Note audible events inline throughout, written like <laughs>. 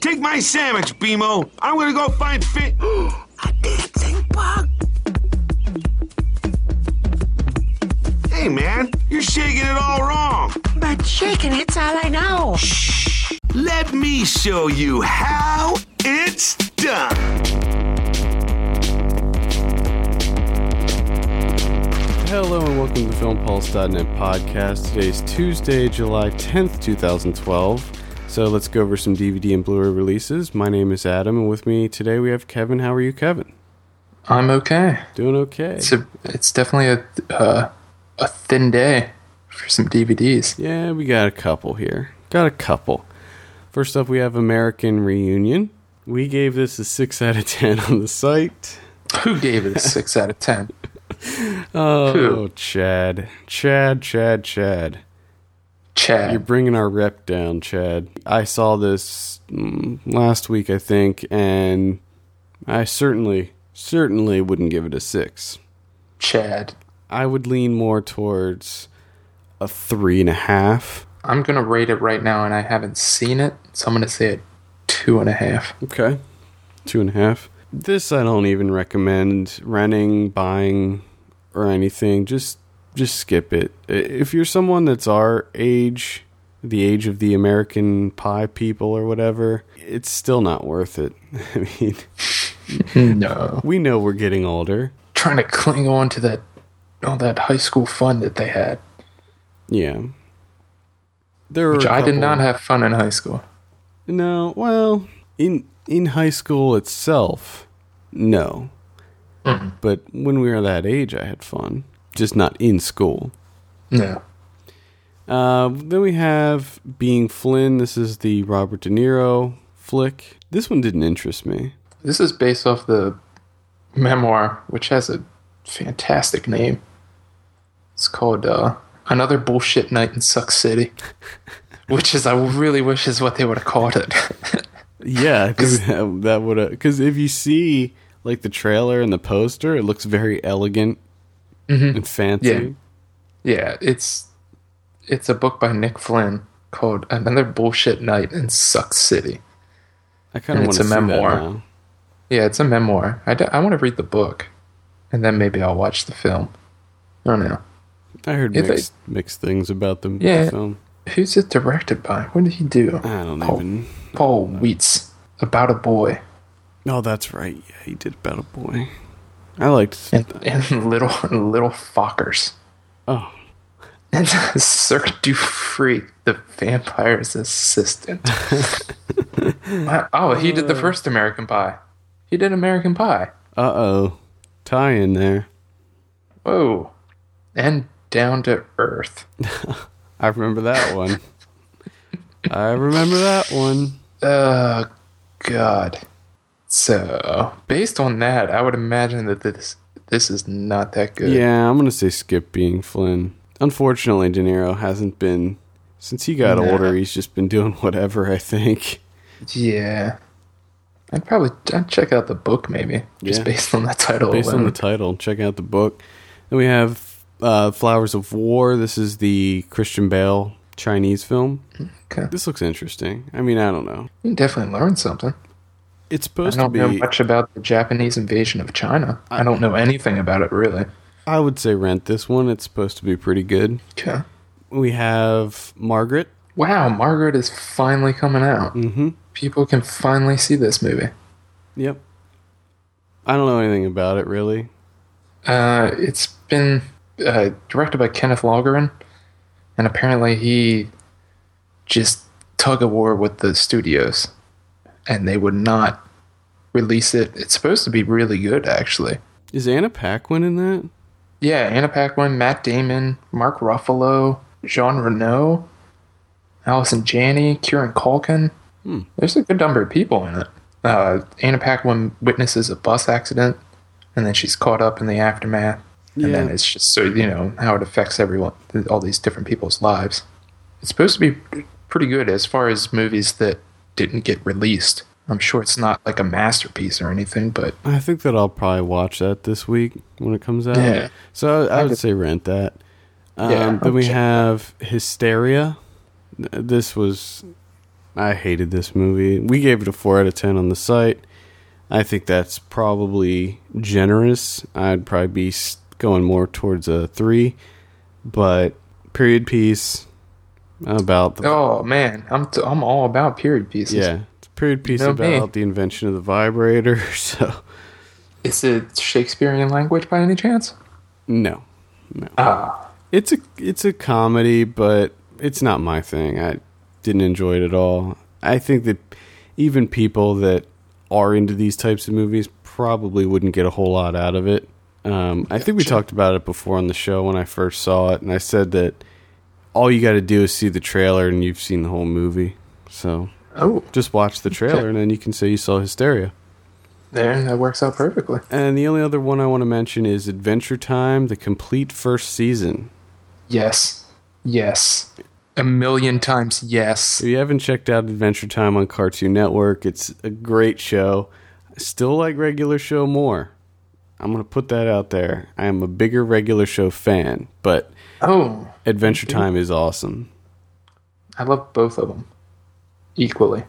Take my sandwich, Bimo. I'm gonna go find Fit. <gasps> A dancing bug. Hey, man, you're shaking it all wrong. But shaking it's all I know. Shh. Let me show you how it's done. Hello and welcome to the FilmPulse.net podcast. Today's Tuesday, July 10th, 2012. So let's go over some DVD and Blu-ray releases. My name is Adam, and with me today we have Kevin. How are you, Kevin? I'm okay. Doing okay. It's a, it's definitely a uh, a thin day for some DVDs. yeah, we got a couple here. Got a couple. First up, we have American Reunion. We gave this a 6 out of 10 on the site. Who gave it a six out of <laughs> ten? Oh, Chad. Chad, Chad, Chad. You're Chad. bringing our rep down, Chad. I saw this mm, last week, I think, and I certainly, certainly wouldn't give it a six. Chad. I would lean more towards a three and a half. I'm gonna rate it right now, and I haven't seen it, so I'm gonna say a two and a half. Okay. Two and a half. This I don't even recommend renting, buying, or anything. Just just skip it. I- If you're someone that's our age, the age of the American pie people or whatever, it's still not worth it. <laughs> I mean, No. we know we're getting older. Trying to cling on to that all that high school fun that they had, Yeah. There were which a I did couple- not have fun in high school. No, well, in in high school itself, no. But when we were that age, I had fun, just not in school. No. Uh, then we have Being Flynn. This is the Robert De Niro flick. This one didn't interest me. This is based off the memoir, which has a fantastic name. It's called uh, Another Bullshit Night in Suck City, <laughs> which is, I really wish, is what they would have called it. <laughs> Yeah, because <laughs> that, that would have. Because if you see like the trailer and the poster, it looks very elegant and fancy. Mm-hmm. Yeah. yeah, it's it's a book by Nick Flynn called Another Bullshit Night in Suck City. I kind of And want it's to a see that memoir. now. Yeah, it's a memoir. I, d- I want to read the book, and then maybe I'll watch the film. I don't know. I heard If it- mixed, mixed things about the the Yeah. film. Who's it directed by? What did he do? I don't Paul, even. Paul Weitz. About a boy. Oh, that's right. Yeah, he did about a boy. I liked. and, and <laughs> little little Fockers. Oh, And <laughs> Cirque du Freak, the <laughs> vampire's assistant. Wow. oh, he did the first American Pie. He did American Pie. uh oh, tie in there. Whoa. And Down to Earth. I remember <laughs> that one. I remember that one. Oh, God. So, based on that, I would imagine that this this is not that good. Yeah, I'm gonna say skip being Flynn. Unfortunately, De Niro hasn't been since he got Nah. older. He's just been doing <laughs> whatever. I think. Yeah. I'd probably I'd check out the book, maybe, just Yeah. based on that title. Based on alone. the title, check out the book. Then we have uh, Flowers of War. This is the Christian Bale Chinese film. Okay. This looks interesting. I mean, I don't know. You definitely learned something. It's I supposed to don't be. know much about the Japanese invasion of China. I don't know anything about it really. I would say rent this one. It's supposed to be pretty good. Okay. We have Margaret. Wow, Margaret is finally coming out. Mm-hmm. People can finally see this movie. Yep. I don't know anything about it really. Uh, it's been uh, directed by Kenneth Loggren, and apparently he just tug of war with the studios, and they would not release it. It's supposed to be really good, actually. Is Anna Paquin in that? Yeah, Anna Paquin, Matt Damon, Mark Ruffalo, Jean Renault, Allison Janney, Kieran Culkin. Hmm. There's a good number of people in it. Uh, Anna Paquin witnesses a bus accident, and then she's caught up in the aftermath. And then Yeah. it's just so you know how it affects everyone, all these different people's lives. It's supposed to be pretty good as far as movies that didn't get released. I'm sure it's not like a masterpiece or anything, but I think that I'll probably watch that this week when it comes out. Yeah. So I, I would say rent that. Um, Yeah, then we okay. have Hysteria. Th- This was I hated this movie. We gave it a 4 out of 10 on the site. I think that's probably generous. I'd probably be s- going more towards a 3. But period piece about the Oh man, I'm t- I'm all about period pieces. yeah, it's a period piece know about me. the invention of the vibrator. <laughs> So Is it Shakespearean language by any chance? no. No. It's a it's a comedy, but it's not my thing. I didn't enjoy it at all. I think that even people that are into these types of movies probably wouldn't get a whole lot out of it. Um, I think we talked about it before on the show when I first saw it, and I said that all you got to do is see the trailer and you've seen the whole movie. So Oh, just watch the trailer, and then you can say you saw Hysteria. there that works out perfectly. And the only other one I want to mention is Adventure Time, the complete first season. Yes, yes, a million times yes. If you haven't checked out Adventure Time on Cartoon Network, it's a great show. I still like regular show more. I'm going to put that out there. I am a bigger regular show fan, but Oh, Adventure Time is awesome. I love both of them equally.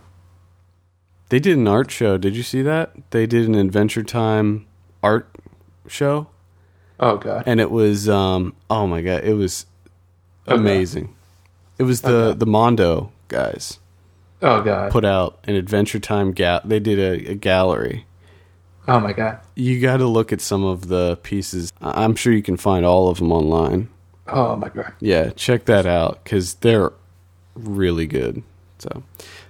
They did an art show. Did you see that? They did an Adventure Time art show, Oh god, and it was um oh my god, it was amazing. It was the the Mondo guys. oh god, put out an Adventure Time gal. They did a, a gallery. oh my god, You got to look at some of the pieces. I- I'm sure you can find all of them online. oh my god. Yeah, check that out because they're really good. So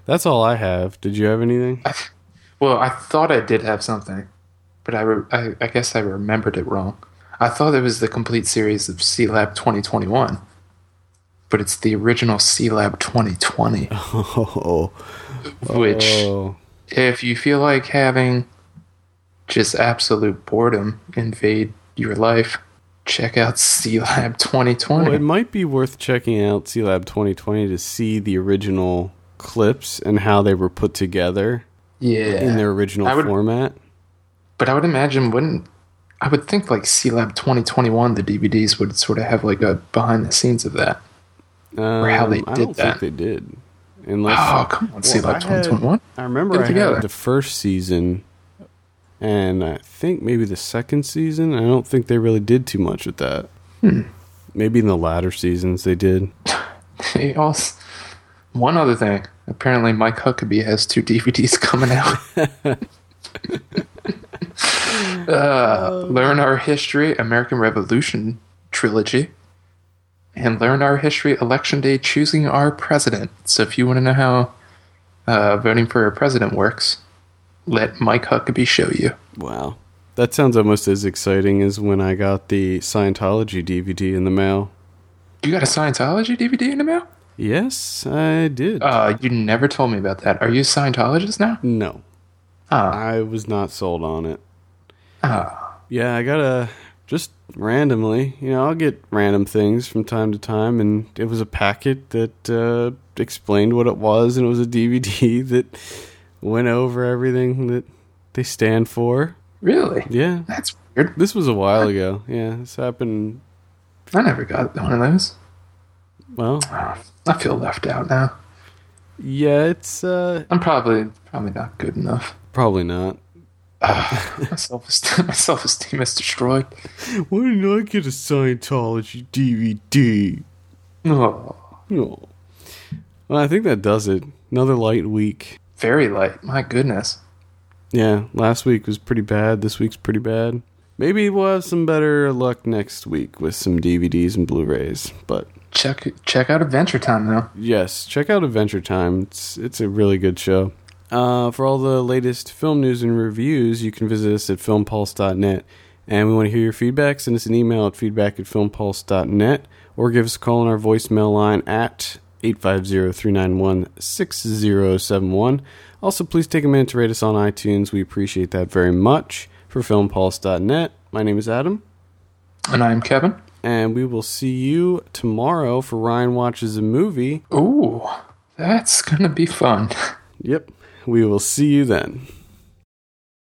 that's all I have. Did you have <laughs> anything? Well, I thought I did have something, but I, re- I, I guess I remembered it wrong. I thought it was the complete series of C Lab 2021, but it's the original C Lab 2020, Oh, which, oh. if you feel like having just absolute boredom invade your life, check out C Lab 2020. Well, it might be worth checking out C Lab 2020 to see the original clips and how they were put together in yeah. their original I would- format. but I would imagine, wouldn't. I would think like C Lab 2021, the DVDs would sort of have like a behind the scenes of that. Um, how they I did don't that. think they did. Unless Oh, come on, C Well, I Lab had- 2021. I remember Put it I together. had the first season, and I think maybe the second season. I don't think they really did too much with that. Hmm. Maybe in the latter seasons they did. They all s- One other thing. Apparently, Mike Huckabee has two DVDs coming out. uh, Learn Our History, American Revolution Trilogy, and Learn Our History, Election Day, Choosing Our President. So, if you want to know how uh, voting for a president works, let Mike Huckabee show you. Wow, that sounds almost as exciting as when I got the Scientology DVD in the mail. You got a Scientology DVD in the mail? Yes, I did. Uh, you never told me about that. Are you a Scientologist now? no, Ah. I was not sold on it. Yeah, I got a just randomly. You know, I'll get random things from time to time, and it was a packet that uh, explained what it was, and it was a DVD <laughs> that went over everything that they stand for. Really? Yeah, That's weird. this was a while ago. Yeah, this happened. I never got one of those. Well, I feel left out now. yeah, it's uh, I'm probably probably not good enough. <laughs> probably not. My self esteem, my self esteem is destroyed. Why didn't I get a Scientology DVD? Oh, No. Well, I think that does it. Another light week. very light. My goodness. Yeah, last week was pretty bad. This week's pretty bad. Maybe we'll have some better luck next week with some DVDs and Blu-rays. But Check check out Adventure Time though. yes, check out Adventure Time. It's it's a really good show. Uh, for all the latest film news and reviews, you can visit us at filmpulse.net. And we want to hear your feedback. Send us an email at feedback at filmpulse.net or give us a call on our voicemail line at 850-391-6071. Also, please take a minute to rate us on iTunes. We appreciate that very much. For filmpulse.net, my name is Adam And I am Kevin. and we will see you tomorrow for Ryan Watches a Movie. Ooh, that's gonna be fun. <laughs> Yep. We will see you then.